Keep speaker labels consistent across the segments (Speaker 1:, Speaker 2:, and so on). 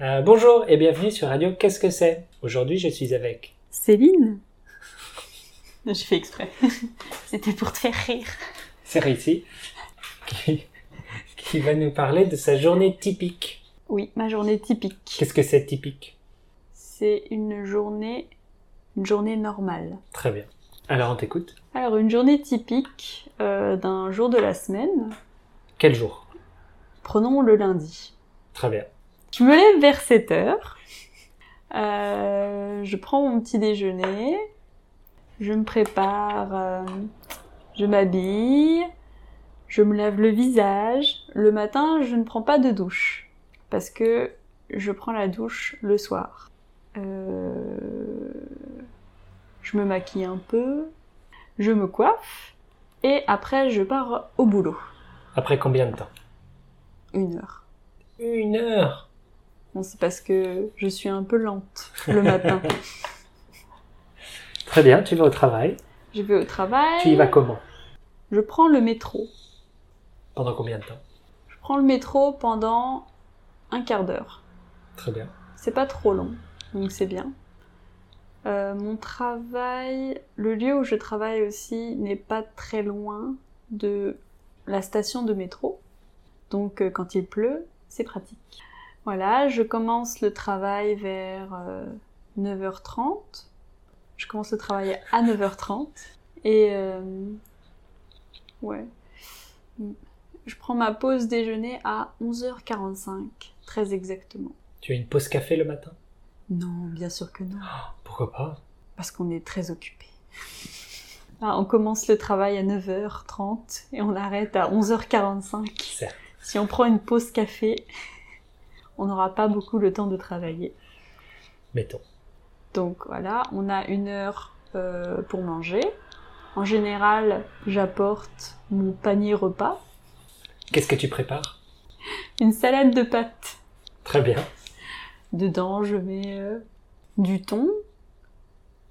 Speaker 1: Euh, bonjour et bienvenue sur Radio Qu'est-ce que c'est Aujourd'hui, je suis avec.
Speaker 2: Céline J'ai fait exprès. C'était pour te faire rire.
Speaker 1: Serici, qui, qui va nous parler de sa journée typique.
Speaker 2: Oui, ma journée typique.
Speaker 1: Qu'est-ce que c'est typique
Speaker 2: C'est une journée... une journée normale.
Speaker 1: Très bien. Alors, on t'écoute.
Speaker 2: Alors, une journée typique euh, d'un jour de la semaine.
Speaker 1: Quel jour
Speaker 2: Prenons le lundi.
Speaker 1: Très bien.
Speaker 2: Je me lève vers 7 heures. Euh, je prends mon petit déjeuner. Je me prépare. euh, je m'habille. Je me lave le visage. Le matin, je ne prends pas de douche. Parce que je prends la douche le soir. Euh, je me maquille un peu. Je me coiffe. Et après, je pars au boulot.
Speaker 1: Après combien de temps
Speaker 2: Une heure.
Speaker 1: Une heure
Speaker 2: Bon, c'est parce que je suis un peu lente le matin.
Speaker 1: Très bien, tu vas au travail.
Speaker 2: je vais au travail.
Speaker 1: Tu y vas comment
Speaker 2: Je prends le métro.
Speaker 1: Pendant combien de temps
Speaker 2: Je prends le métro pendant un quart d'heure.
Speaker 1: Très bien.
Speaker 2: C'est pas trop long, donc c'est bien. Euh, mon travail, le lieu où je travaille aussi n'est pas très loin de la station de métro. Donc euh, quand il pleut, c'est pratique. Voilà, je commence le travail vers euh, 9h30. Je commence le travail à 9h30. Et euh, ouais. Je prends ma pause déjeuner à 11h45, très exactement.
Speaker 1: Tu as une pause café le matin
Speaker 2: Non, bien sûr que non,
Speaker 1: Pourquoi pas
Speaker 2: parce qu'on est très occupé. Ah, on commence le travail à 9h30 et on arrête à 11h45.
Speaker 1: Certes.
Speaker 2: Si on prend une pause café, on n'aura pas beaucoup le temps de travailler.
Speaker 1: Mettons.
Speaker 2: Donc voilà, on a une heure euh, pour manger. En général, j'apporte mon panier repas,
Speaker 1: Qu'est-ce que tu prépares
Speaker 2: une salade de pâtes.
Speaker 1: Très bien.
Speaker 2: Dedans, je mets euh, du thon,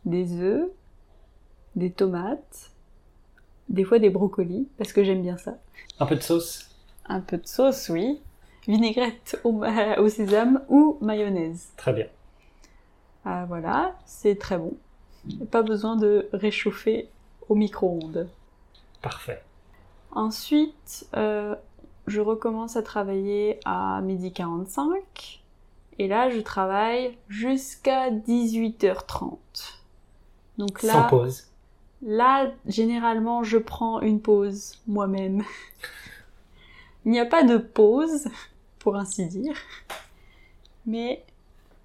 Speaker 2: des œufs, des tomates, des fois des brocolis, parce que j'aime bien ça.
Speaker 1: Un peu de sauce
Speaker 2: Un peu de sauce, oui. Vinaigrette au, ma- au sésame ou mayonnaise.
Speaker 1: Très bien.
Speaker 2: Ah, voilà, c'est très bon. Pas besoin de réchauffer au micro-ondes.
Speaker 1: Parfait.
Speaker 2: Ensuite, euh, je recommence à travailler à 12h45. Et là, je travaille jusqu'à 18h30. Donc
Speaker 1: Sans
Speaker 2: là,
Speaker 1: pause.
Speaker 2: là, généralement, je prends une pause moi-même. Il n'y a pas de pause, pour ainsi dire. Mais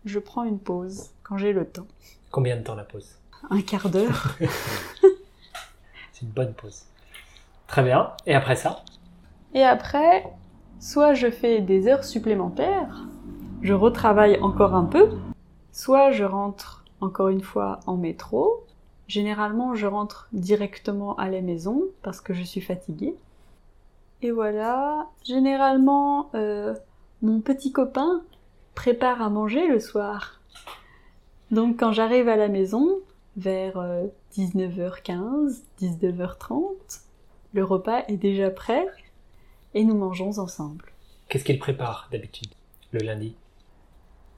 Speaker 2: je prends une pause quand j'ai le temps.
Speaker 1: Combien de temps la pause
Speaker 2: Un quart d'heure.
Speaker 1: C'est une bonne pause. Très bien. Et après ça
Speaker 2: Et après, soit je fais des heures supplémentaires, je retravaille encore un peu, soit je rentre encore une fois en métro. Généralement, je rentre directement à la maison parce que je suis fatiguée. Et voilà, généralement, euh, mon petit copain prépare à manger le soir. Donc quand j'arrive à la maison, vers euh, 19h15, 19h30, le repas est déjà prêt et nous mangeons ensemble.
Speaker 1: Qu'est-ce qu'il prépare d'habitude Le lundi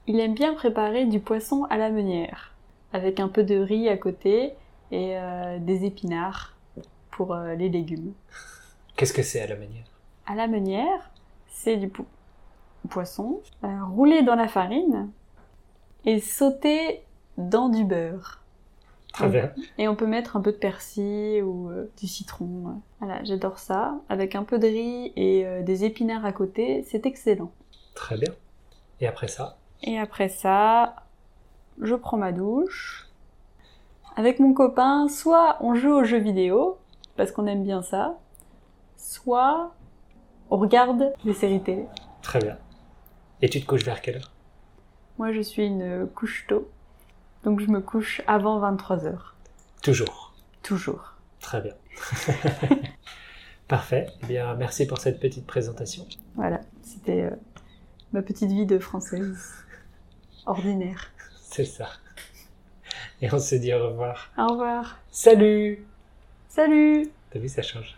Speaker 2: Il aime bien préparer du poisson à la meunière, avec un peu de riz à côté et euh, des épinards pour euh, les légumes.
Speaker 1: Qu'est-ce que c'est à la manière
Speaker 2: À la meunière, c'est du po- poisson euh, roulé dans la farine et sauté dans du beurre.
Speaker 1: Très bien.
Speaker 2: Et on peut mettre un peu de persil ou euh, du citron. Voilà, j'adore ça. Avec un peu de riz et euh, des épinards à côté, c'est excellent.
Speaker 1: Très bien. Et après ça
Speaker 2: Et après ça, je prends ma douche. Avec mon copain, soit on joue aux jeux vidéo, parce qu'on aime bien ça, soit on regarde des séries télé.
Speaker 1: Très bien. Et tu te couches vers quelle heure
Speaker 2: Moi, je suis une couche tôt, donc je me couche avant 23h.
Speaker 1: Toujours.
Speaker 2: Toujours.
Speaker 1: Très bien. Parfait. Eh bien, merci pour cette petite présentation.
Speaker 2: Voilà, c'était euh, ma petite vie de française. Ordinaire.
Speaker 1: C'est ça. Et on se dit au revoir.
Speaker 2: Au revoir.
Speaker 1: Salut
Speaker 2: Salut
Speaker 1: T'as vu, ça change.